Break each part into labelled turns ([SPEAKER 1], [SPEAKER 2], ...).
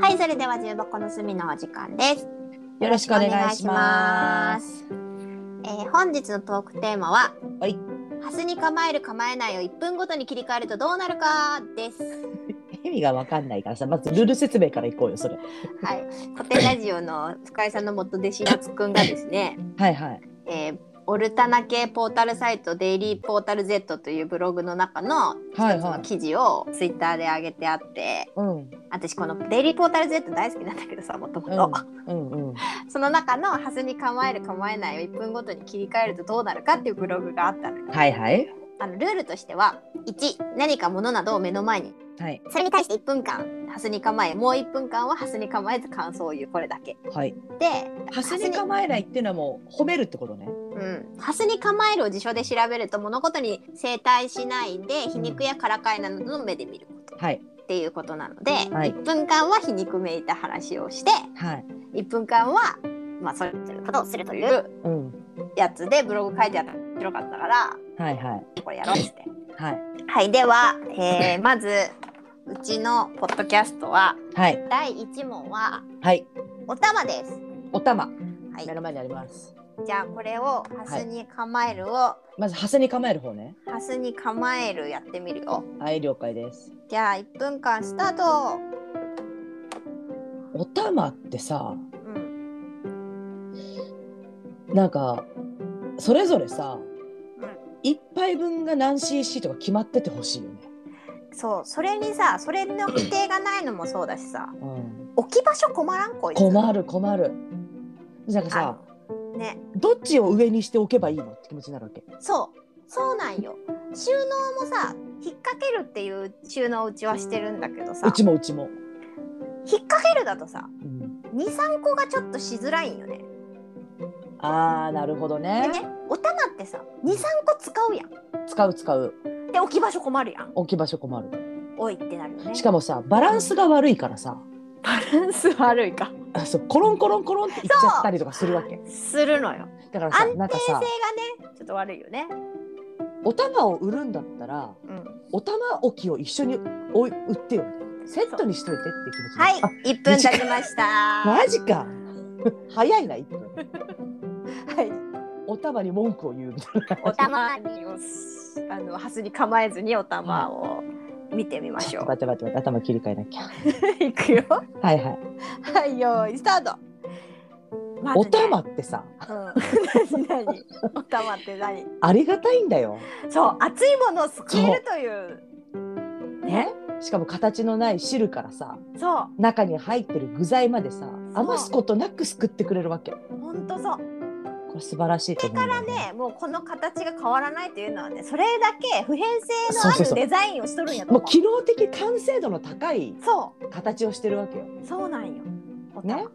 [SPEAKER 1] はい、それでは重箱の隅のお時間です。
[SPEAKER 2] よろしくお願いします。
[SPEAKER 1] す。えー本日のトークテーマは、
[SPEAKER 2] はい。
[SPEAKER 1] ハスに構える構えないを1分ごとに切り替えるとどうなるかです。
[SPEAKER 2] 意味がわかんないからさ、まずルール説明からいこうよ、それ。
[SPEAKER 1] はい、古典ラジオの深井さんの元弟子のつっくんがです ね、
[SPEAKER 2] はいはい。
[SPEAKER 1] えーオルタナ系ポータルサイトデイリーポータル Z というブログの中の
[SPEAKER 2] はい
[SPEAKER 1] 一つ
[SPEAKER 2] は
[SPEAKER 1] の
[SPEAKER 2] い。
[SPEAKER 1] 記事をツイッターで上げてあって
[SPEAKER 2] うん。
[SPEAKER 1] 私このデイリーポータル Z 大好きなんだけどさもともと
[SPEAKER 2] うんうん。
[SPEAKER 1] その中の「ハスに構える構えない」を1分ごとに切り替えるとどうなるかっていうブログがあったのよ
[SPEAKER 2] はいはい。
[SPEAKER 1] あのルールとしては1何か物などを目の前に
[SPEAKER 2] はい。
[SPEAKER 1] それに対して1分間ハスに構えもう1分間はハスに構えず感想を言うこれだけ
[SPEAKER 2] はい。
[SPEAKER 1] で
[SPEAKER 2] ハスに構えないっていうのはもう褒めるってことね。
[SPEAKER 1] うん、ハスに構えるを辞書で調べると物事に正対しないで皮肉やからかいなどの目で見ること
[SPEAKER 2] はい。
[SPEAKER 1] っていうことなので、
[SPEAKER 2] はい
[SPEAKER 1] 1分間は皮肉めいた話をして
[SPEAKER 2] はい。
[SPEAKER 1] 1分間は、まあ、そういうことをするという
[SPEAKER 2] うん。
[SPEAKER 1] やつでブログ書いてあったら面白かったから
[SPEAKER 2] はいはい。
[SPEAKER 1] これやろうっつって。
[SPEAKER 2] はい。
[SPEAKER 1] はい、では、えーまずうちのポッドキャストは
[SPEAKER 2] はい。
[SPEAKER 1] 第1問は
[SPEAKER 2] はい。
[SPEAKER 1] お玉です。
[SPEAKER 2] お玉。
[SPEAKER 1] はい
[SPEAKER 2] 目、の前にあります。
[SPEAKER 1] じゃあこれをハスに構えるを、は
[SPEAKER 2] まず、ハスに構える方ね。
[SPEAKER 1] ハスに構えるやってみるよ。
[SPEAKER 2] はい、了解です。
[SPEAKER 1] じゃあ1分間スタート、
[SPEAKER 2] お玉ってさ、
[SPEAKER 1] うん
[SPEAKER 2] なんか、それぞれさ
[SPEAKER 1] うん、
[SPEAKER 2] 一杯分が何 cc とか決まっててほしいよね。
[SPEAKER 1] そうそれにさそれの規定がないのもそうだしさ
[SPEAKER 2] うん。
[SPEAKER 1] 置き場所困らんこいつ
[SPEAKER 2] 困る困る。なんかさ、
[SPEAKER 1] ね
[SPEAKER 2] どっちを上にしておけばいいのって気持ちになるわけ。
[SPEAKER 1] そうそうなんよ収納もさ引っ掛けるっていう収納うちはしてるんだけどさ
[SPEAKER 2] うちもうちも。
[SPEAKER 1] 引っ掛けるだとさ
[SPEAKER 2] うん、
[SPEAKER 1] 23個がちょっとしづらいんよね
[SPEAKER 2] あーなるほど
[SPEAKER 1] で
[SPEAKER 2] ね。
[SPEAKER 1] ねお玉ってさ23個使うやん
[SPEAKER 2] 使う使う
[SPEAKER 1] で置き場所困るやん
[SPEAKER 2] 置き場所困る。
[SPEAKER 1] おいってなるよね
[SPEAKER 2] し かもさバランスが悪いからさ
[SPEAKER 1] バランス悪いか
[SPEAKER 2] あそうコロンコロンコロンっていっちゃったりとかするわけ。
[SPEAKER 1] するのよ
[SPEAKER 2] だからさ
[SPEAKER 1] 安定性
[SPEAKER 2] な
[SPEAKER 1] が
[SPEAKER 2] んか
[SPEAKER 1] ね
[SPEAKER 2] さ
[SPEAKER 1] ちょっと悪いよね
[SPEAKER 2] お玉を売るんだったら
[SPEAKER 1] うん
[SPEAKER 2] お玉置きを一緒におい売ってよみたいなセットにしといてっていう気持ち
[SPEAKER 1] はい
[SPEAKER 2] になる、
[SPEAKER 1] 一分経ちま した。
[SPEAKER 2] あ
[SPEAKER 1] は
[SPEAKER 2] マジか 早いな1分。
[SPEAKER 1] い、
[SPEAKER 2] お玉に文句を言うみたいな。
[SPEAKER 1] お玉にをす、あの、はに構えずに、お玉を見てみましょう。
[SPEAKER 2] 待って待って待って頭切り替えなきゃ。
[SPEAKER 1] いくよ。
[SPEAKER 2] はいはい。
[SPEAKER 1] はい、よーい、スタート。まずね
[SPEAKER 2] お玉。ってさ
[SPEAKER 1] うん、 何何お玉って何
[SPEAKER 2] ありがたいんだよ。
[SPEAKER 1] そう熱いものをすくえるという
[SPEAKER 2] ね、しかも形のない汁からさ
[SPEAKER 1] そ
[SPEAKER 2] 中に入ってる具材までさ
[SPEAKER 1] う
[SPEAKER 2] 余すことなくすくってくれるわけこ
[SPEAKER 1] うほんとそう
[SPEAKER 2] れ素晴らしいと思うんだよね
[SPEAKER 1] ねもうこの形が変わらないというのはねそれだけ普遍性
[SPEAKER 2] そ
[SPEAKER 1] の
[SPEAKER 2] う
[SPEAKER 1] あ
[SPEAKER 2] そう
[SPEAKER 1] る
[SPEAKER 2] そう
[SPEAKER 1] デザインをしとるんやと
[SPEAKER 2] も
[SPEAKER 1] 思
[SPEAKER 2] う機能的完成度の高いう
[SPEAKER 1] そ
[SPEAKER 2] 形をしてるわけよ
[SPEAKER 1] うそうなんよお玉、
[SPEAKER 2] ね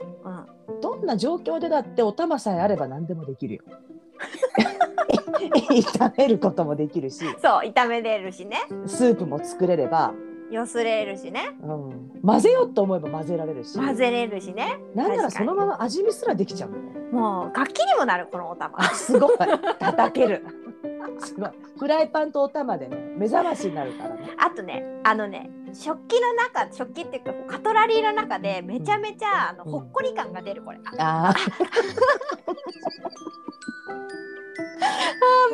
[SPEAKER 1] うん
[SPEAKER 2] どんな状況でだってお玉さえあれば何でもできるよ 炒めることもできるし
[SPEAKER 1] そう炒めれるしね
[SPEAKER 2] スープも作れれば、
[SPEAKER 1] よすれるしね
[SPEAKER 2] うん、混ぜようと思えば混ぜられるし
[SPEAKER 1] 混ぜれるしね
[SPEAKER 2] なんなら
[SPEAKER 1] 確か
[SPEAKER 2] そ
[SPEAKER 1] に
[SPEAKER 2] のまま味見すらできちゃうのね
[SPEAKER 1] もう楽器にもなるこのお玉
[SPEAKER 2] あすごい叩けるすごいフライパンとお玉でね目覚ましになるからね
[SPEAKER 1] あとねあのね食器の中食器っていうかこうカトラリーの中でめちゃめちゃあの
[SPEAKER 2] うん
[SPEAKER 1] ほっこり感が出るこれ、あ
[SPEAKER 2] あ
[SPEAKER 1] あ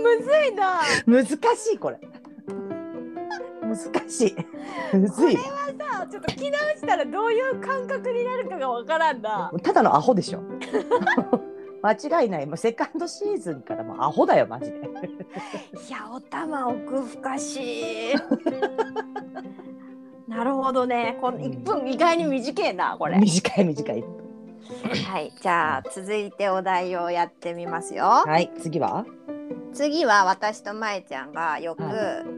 [SPEAKER 1] むずいな
[SPEAKER 2] 難しいこれ難しいむずい
[SPEAKER 1] さあちょっと聞き直したらどういう感覚になるかがわからんな
[SPEAKER 2] ただのアホで しょ間違いないもうセカンドシーズンからもうアホだよマジで
[SPEAKER 1] いやお玉奥深しい なるほどねこの1分意外に短いなこれ
[SPEAKER 2] 短い短い
[SPEAKER 1] はいじゃあ続いてお題をやってみますよ、
[SPEAKER 2] はい次は
[SPEAKER 1] 次は私とまえちゃんがよく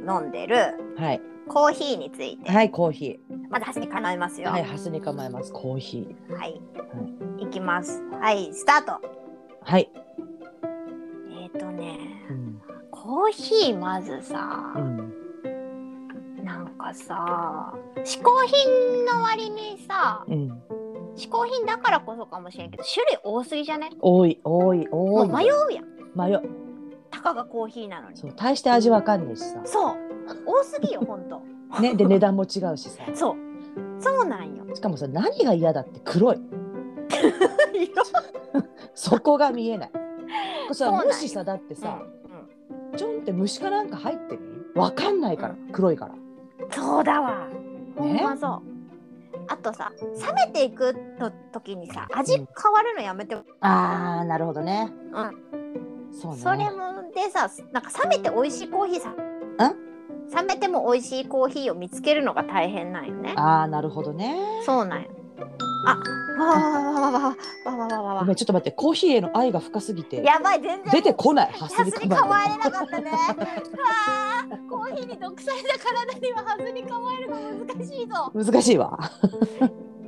[SPEAKER 1] 飲んでる
[SPEAKER 2] はい
[SPEAKER 1] コーヒーについて、
[SPEAKER 2] はいコーヒ
[SPEAKER 1] まず端に構えます
[SPEAKER 2] ー
[SPEAKER 1] よ
[SPEAKER 2] は
[SPEAKER 1] はいい、
[SPEAKER 2] ハスに構えますコーヒー
[SPEAKER 1] い、きますはいスタート
[SPEAKER 2] はい、
[SPEAKER 1] えっ、とね
[SPEAKER 2] うん
[SPEAKER 1] コーヒーまずさ、
[SPEAKER 2] うん
[SPEAKER 1] なんかさ嗜好品の割にさ
[SPEAKER 2] うん、
[SPEAKER 1] 嗜好品だからこそかもしれんけど種類多すぎじゃね
[SPEAKER 2] 多い多い
[SPEAKER 1] も
[SPEAKER 2] 多
[SPEAKER 1] う
[SPEAKER 2] い
[SPEAKER 1] 迷うやん
[SPEAKER 2] 迷う
[SPEAKER 1] たかがコーヒーなのに
[SPEAKER 2] そう大して味わかんないしさ
[SPEAKER 1] そう多すぎよほんと
[SPEAKER 2] ね、で値段も違うしさ
[SPEAKER 1] そうそうなんよ。
[SPEAKER 2] しかもさ何が嫌だって黒いそこが見 えないこ
[SPEAKER 1] そ
[SPEAKER 2] れ
[SPEAKER 1] う
[SPEAKER 2] さ
[SPEAKER 1] なんよ
[SPEAKER 2] もしさだってさ、
[SPEAKER 1] うん
[SPEAKER 2] ちょんって虫かなんか入ってみわかんないから黒いから
[SPEAKER 1] そうだわ。ほん
[SPEAKER 2] ね
[SPEAKER 1] まそう。あとさ冷めていくと時にさ味変わるのやめて、うん
[SPEAKER 2] あーなるほどねそうね
[SPEAKER 1] それもでさなんか冷めて美味しいコーヒーさ冷めても美味しいコーヒーを見つけるのが大変なんよね。
[SPEAKER 2] あーなるほどね
[SPEAKER 1] そうなんよ。あわわわわわわわわわわ
[SPEAKER 2] ご
[SPEAKER 1] わ
[SPEAKER 2] めんちょっと待ってコーヒーへの愛が深すぎて
[SPEAKER 1] やばい全然
[SPEAKER 2] 出てこないハ
[SPEAKER 1] ハスに
[SPEAKER 2] カ
[SPEAKER 1] 構
[SPEAKER 2] マ
[SPEAKER 1] えれなかったね。あーコーヒーに毒された体にはハスに構えるの難しいぞ。
[SPEAKER 2] 難しいわ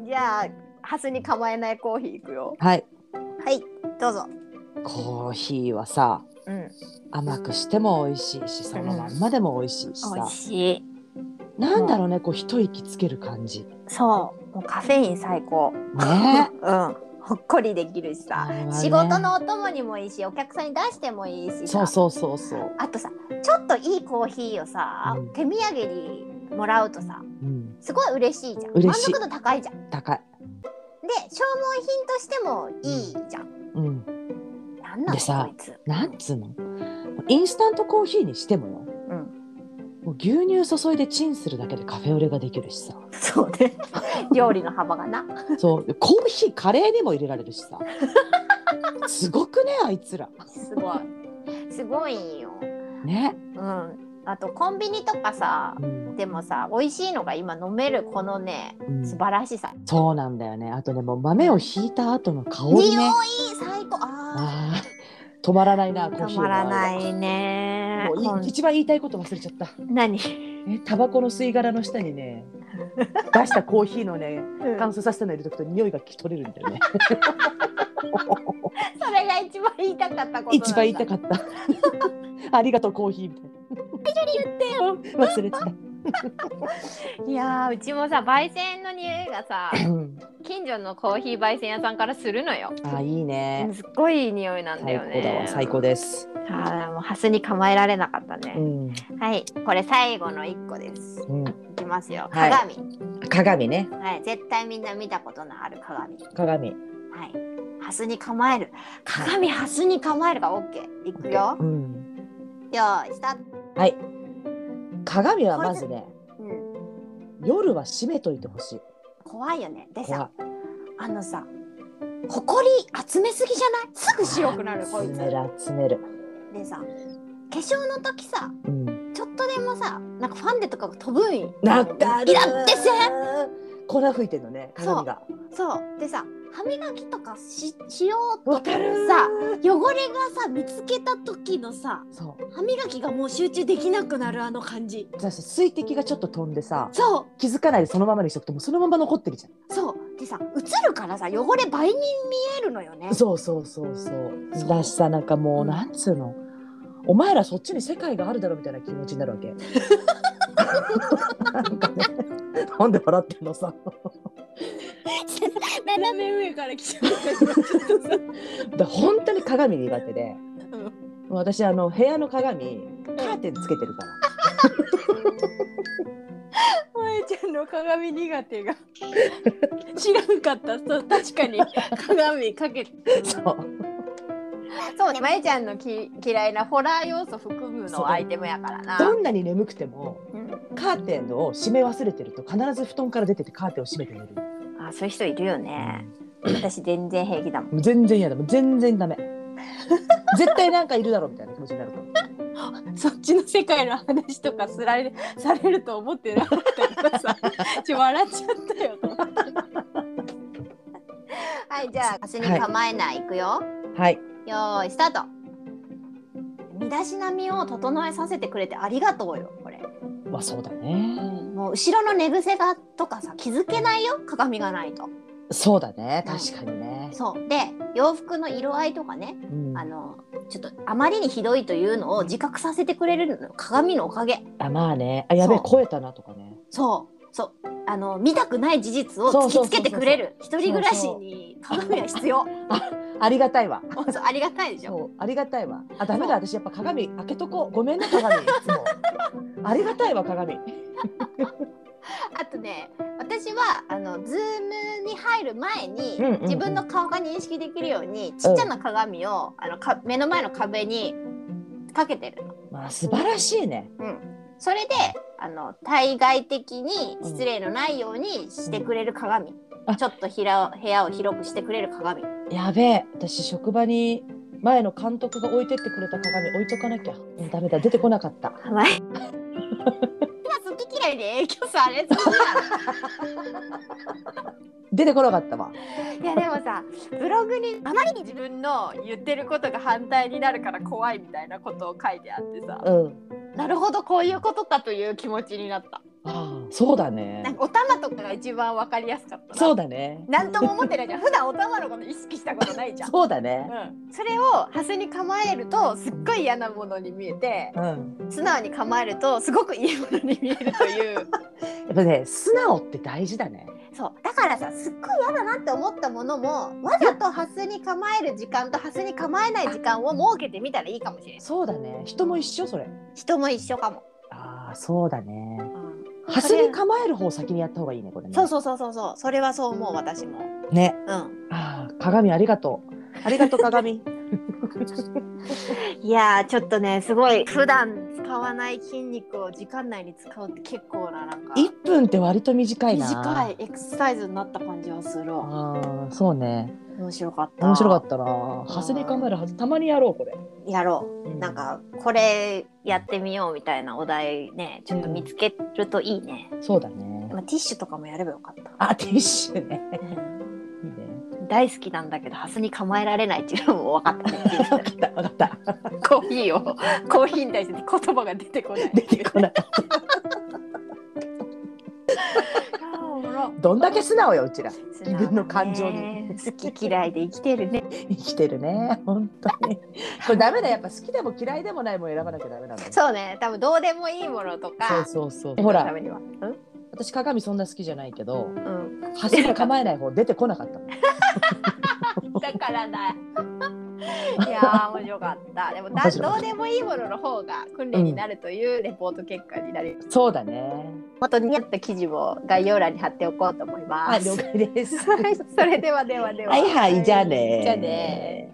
[SPEAKER 1] じゃあハスに構えないコーヒーいくよ。
[SPEAKER 2] はい
[SPEAKER 1] はいどうぞ。
[SPEAKER 2] コーヒーはさ
[SPEAKER 1] うん。
[SPEAKER 2] 甘くしても美味しいしそのまんまでも美味しいしさ、
[SPEAKER 1] 美味しい。
[SPEAKER 2] なんだろうねこう一息つける感じ
[SPEAKER 1] そうもうカフェイン最高。
[SPEAKER 2] ね
[SPEAKER 1] うん。ほっこりできるし
[SPEAKER 2] あ
[SPEAKER 1] さ、
[SPEAKER 2] れはね
[SPEAKER 1] 仕事のお供にもいいしお客さんに出してもいいし
[SPEAKER 2] そ
[SPEAKER 1] さ
[SPEAKER 2] うそうそうそう、
[SPEAKER 1] あとさちょっといいコーヒーをさ、
[SPEAKER 2] うん
[SPEAKER 1] 手土産にもらうとさ
[SPEAKER 2] うん、
[SPEAKER 1] すごい嬉しいじゃん
[SPEAKER 2] 嬉しい
[SPEAKER 1] 満足度高いじゃんで
[SPEAKER 2] 高い、
[SPEAKER 1] 消耗品としてもいいじゃん、
[SPEAKER 2] うん、
[SPEAKER 1] なんなの
[SPEAKER 2] でさ
[SPEAKER 1] こいつ
[SPEAKER 2] なんつうのインスタントコーヒーにしてもよ
[SPEAKER 1] うん
[SPEAKER 2] もう牛乳注いでチンするだけでカフェオレができるしさ
[SPEAKER 1] そう ね料理の幅がな
[SPEAKER 2] そうコーヒーカレーにも入れられるし さすごくねあいつら
[SPEAKER 1] すごいすごいよ
[SPEAKER 2] ね、
[SPEAKER 1] うんあとコンビニとかさ
[SPEAKER 2] うん
[SPEAKER 1] でもさ美味しいのが今飲めるこのね
[SPEAKER 2] うん
[SPEAKER 1] 素晴らしさ、
[SPEAKER 2] そうなんだよねあとねもう豆をひいた後の香
[SPEAKER 1] 匂い
[SPEAKER 2] りね
[SPEAKER 1] 最高あ
[SPEAKER 2] あー止まらないな
[SPEAKER 1] ー
[SPEAKER 2] コーヒー
[SPEAKER 1] 止
[SPEAKER 2] の
[SPEAKER 1] まらないね
[SPEAKER 2] もうい
[SPEAKER 1] ほん
[SPEAKER 2] 一番言いたいこと忘れちゃった
[SPEAKER 1] 何
[SPEAKER 2] えタバコの吸い殻の下 にね出したコーヒーのね乾燥させたの入れとくと匂いが取れるんだよね
[SPEAKER 1] それが一番言いたかったこと
[SPEAKER 2] 一番言いた
[SPEAKER 1] か
[SPEAKER 2] かったありがとうコーヒーみたいな忘れてた
[SPEAKER 1] いやーうちもさ焙煎の匂いが さ近所のコーヒー焙煎屋さんからするのよ
[SPEAKER 2] あいいね
[SPEAKER 1] すっごいいい匂いなんだ
[SPEAKER 2] 最
[SPEAKER 1] よね
[SPEAKER 2] 高だわ最高です、
[SPEAKER 1] あーもうハスに構えられなかった
[SPEAKER 2] う
[SPEAKER 1] ね、
[SPEAKER 2] ん
[SPEAKER 1] はいこれ最後の一個です
[SPEAKER 2] うん、
[SPEAKER 1] いきますよ
[SPEAKER 2] はい
[SPEAKER 1] 鏡、
[SPEAKER 2] 鏡ね
[SPEAKER 1] はい、絶対みんな見たことのある鏡。はい。
[SPEAKER 2] 鏡
[SPEAKER 1] ハスに構える。鏡ハスに構えるがオッケー。いくよ
[SPEAKER 2] う。ん、
[SPEAKER 1] よーい、スタート。
[SPEAKER 2] 鏡はまずね
[SPEAKER 1] うん。
[SPEAKER 2] 夜は閉めといてほしい
[SPEAKER 1] 怖いよね。で
[SPEAKER 2] 怖
[SPEAKER 1] さ
[SPEAKER 2] い、
[SPEAKER 1] あのさ、ほこり集めすぎじゃないすぐ白くなる、こいつ
[SPEAKER 2] 集。める集める、
[SPEAKER 1] でさ、化粧の時さ、
[SPEAKER 2] うん、
[SPEAKER 1] ちょっとでもさ、なんかファンデとかが飛ぶんよ
[SPEAKER 2] なったる
[SPEAKER 1] イラってせん
[SPEAKER 2] 粉吹いてんのね鏡が
[SPEAKER 1] そう。でさ、歯磨きとかししよう
[SPEAKER 2] わかる
[SPEAKER 1] さ汚れがさ見つけた時のさ
[SPEAKER 2] そう
[SPEAKER 1] 歯磨きがもう集中できなくなるあの感じ
[SPEAKER 2] だし水滴がちょっと飛んでさ
[SPEAKER 1] そう
[SPEAKER 2] 気づかないでそのままにしとくともうそのまま残ってるじゃ
[SPEAKER 1] そうでさ映るからさ汚れ倍に見えるのよね
[SPEAKER 2] んそうそうそうそう
[SPEAKER 1] そう
[SPEAKER 2] だしさなんかも
[SPEAKER 1] う
[SPEAKER 2] うんなんつうのお前らそっちに世界があるだろみたいな気持ちになるわけ なんかねなんで笑ってんのさ
[SPEAKER 1] 斜め上から来 ちゃ
[SPEAKER 2] で本当に鏡苦手で
[SPEAKER 1] うん
[SPEAKER 2] もう私あの部屋の鏡カーテンつけてるから
[SPEAKER 1] うまえちゃんの鏡苦手が知らんかったそう確かに鏡かけ
[SPEAKER 2] そう
[SPEAKER 1] そうねまえちゃんのき嫌いなホラー要素含むのはアイテムやからな
[SPEAKER 2] どんなに眠くても
[SPEAKER 1] うん
[SPEAKER 2] カーテンを閉め忘れてると必ず布団から出ててカーテンを閉めて寝る、
[SPEAKER 1] あそういう人いるよね私全然平気だもん
[SPEAKER 2] もう全然嫌だもう全然ダメ絶対なんかいるだろうみたいな気持ちになるから
[SPEAKER 1] そっちの世界の話とかすられ されると思ってなかった からさちょ笑っちゃったよ と思ってはいじゃあ明日に構えない、いくよ
[SPEAKER 2] はい
[SPEAKER 1] よーいスタート身だしなみを整えさせてくれてありがとうよこれ、
[SPEAKER 2] まあそうだね
[SPEAKER 1] もう後ろの寝癖がとかさ気づけないよ鏡がないと
[SPEAKER 2] そうだね
[SPEAKER 1] うん
[SPEAKER 2] 確かにね、
[SPEAKER 1] そうで洋服の色合いとかね
[SPEAKER 2] うん
[SPEAKER 1] あのちょっとあまりにひどいというのを自覚させてくれるの鏡のおかげ
[SPEAKER 2] あまあねあやべえ
[SPEAKER 1] そう
[SPEAKER 2] 超えたなとかね
[SPEAKER 1] そうそうあの見たくない事実を
[SPEAKER 2] そう
[SPEAKER 1] 突
[SPEAKER 2] そう
[SPEAKER 1] きつけてくれる一人暮らしに鏡は必 要
[SPEAKER 2] ありがたいわ
[SPEAKER 1] そうありがたいでしょ
[SPEAKER 2] そうありがたいわあダメだ私やっぱ鏡開けとこうごめん な鏡いつもありがたいわ鏡
[SPEAKER 1] あとね私はあのズームに入る前に、
[SPEAKER 2] うんうんうん
[SPEAKER 1] 自分の顔が認識できるようにちっちゃな鏡を、あのか目の前の壁にかけてるの。
[SPEAKER 2] まあ素晴らしいね。
[SPEAKER 1] それであの対外的に失礼のないようにしてくれる鏡、
[SPEAKER 2] あ
[SPEAKER 1] ちょっとひら部屋を広くしてくれる鏡
[SPEAKER 2] やべえ私職場に前の監督が置いてってくれた鏡置いとかなきゃうんダメだ出てこなかった
[SPEAKER 1] はい今好き嫌いで影響され そう
[SPEAKER 2] 出てこなかったわ
[SPEAKER 1] いやでもさブログにあまりに自分の言ってることが反対になるから怖いみたいなことを書いてあってさ
[SPEAKER 2] うん
[SPEAKER 1] なるほどこういうことかという気持ちになった
[SPEAKER 2] ああそうだ
[SPEAKER 1] なん
[SPEAKER 2] ね
[SPEAKER 1] かお玉とかが一番わかりやすかったな
[SPEAKER 2] そうだね
[SPEAKER 1] なんとも思ってないじゃん普段お玉のこと意識したことないじゃん
[SPEAKER 2] そうだね
[SPEAKER 1] うん、それをハスに構えるとすっごい嫌なものに見えて
[SPEAKER 2] うんや
[SPEAKER 1] 素直に構えるとすごくいいものに見えるという
[SPEAKER 2] っぱね素直って大事だね
[SPEAKER 1] そうだからさすっごい嫌だなって思ったものもわざとハスに構える時間とハスに構えない時間を設けてみたらいいかもしれない
[SPEAKER 2] そうだね人も一緒それ
[SPEAKER 1] 人も一緒かも、
[SPEAKER 2] ああそうだね
[SPEAKER 1] うん
[SPEAKER 2] ハスに構える方を先にやった方がいいねこれね
[SPEAKER 1] そうそうそうそうそうそれはそう思う私も
[SPEAKER 2] うね
[SPEAKER 1] うん
[SPEAKER 2] ああ鏡ありがとうありがとう鏡
[SPEAKER 1] いやーちょっとねすごい普段使わない筋肉を時間内に使うって結構ななんか
[SPEAKER 2] 一分って割と短いな
[SPEAKER 1] 短いエクササイズになった感じはするわ
[SPEAKER 2] ああそうね
[SPEAKER 1] 面白かった
[SPEAKER 2] 面白かったなハスに構えるはずたまにやろうこれ
[SPEAKER 1] やろ
[SPEAKER 2] う
[SPEAKER 1] うんなんかこれやってみようみたいなお題ねちょっと見つけるといいね、
[SPEAKER 2] そうだね
[SPEAKER 1] まあ、ティッシュとかもやればよかった
[SPEAKER 2] あティッシュねいいね
[SPEAKER 1] 大好きなんだけどハスに構えられないっていうのも分かった ね
[SPEAKER 2] 分かった分かった
[SPEAKER 1] コーヒーを コーヒーに対して言葉が出てこない
[SPEAKER 2] 出てこない
[SPEAKER 1] あーおもろ
[SPEAKER 2] どんだけ素直ようちら
[SPEAKER 1] 自
[SPEAKER 2] 自分の感情に
[SPEAKER 1] 好き嫌いで生きてるね
[SPEAKER 2] 生きてるね本当にこれダメだやっぱ好きでも嫌いでもないもん選ばなきゃダメなんだよ
[SPEAKER 1] そうね多分どうでもいいものとか
[SPEAKER 2] そうそうそうほら
[SPEAKER 1] ためにはう
[SPEAKER 2] 私鏡そんな好きじゃないけど
[SPEAKER 1] ん、
[SPEAKER 2] ハスに構えない方出てこなかったもん
[SPEAKER 1] うん、だから だいやー面白かったでもだ
[SPEAKER 2] 面白かっ
[SPEAKER 1] ど
[SPEAKER 2] た
[SPEAKER 1] うでもいいものの方が訓練になるというレポート結果になります
[SPEAKER 2] そうだね
[SPEAKER 1] また似合った記事も概要欄に貼っておこうと思います。
[SPEAKER 2] はい了解です
[SPEAKER 1] はいそれではではでは。
[SPEAKER 2] はいはいじゃあね
[SPEAKER 1] じゃあね。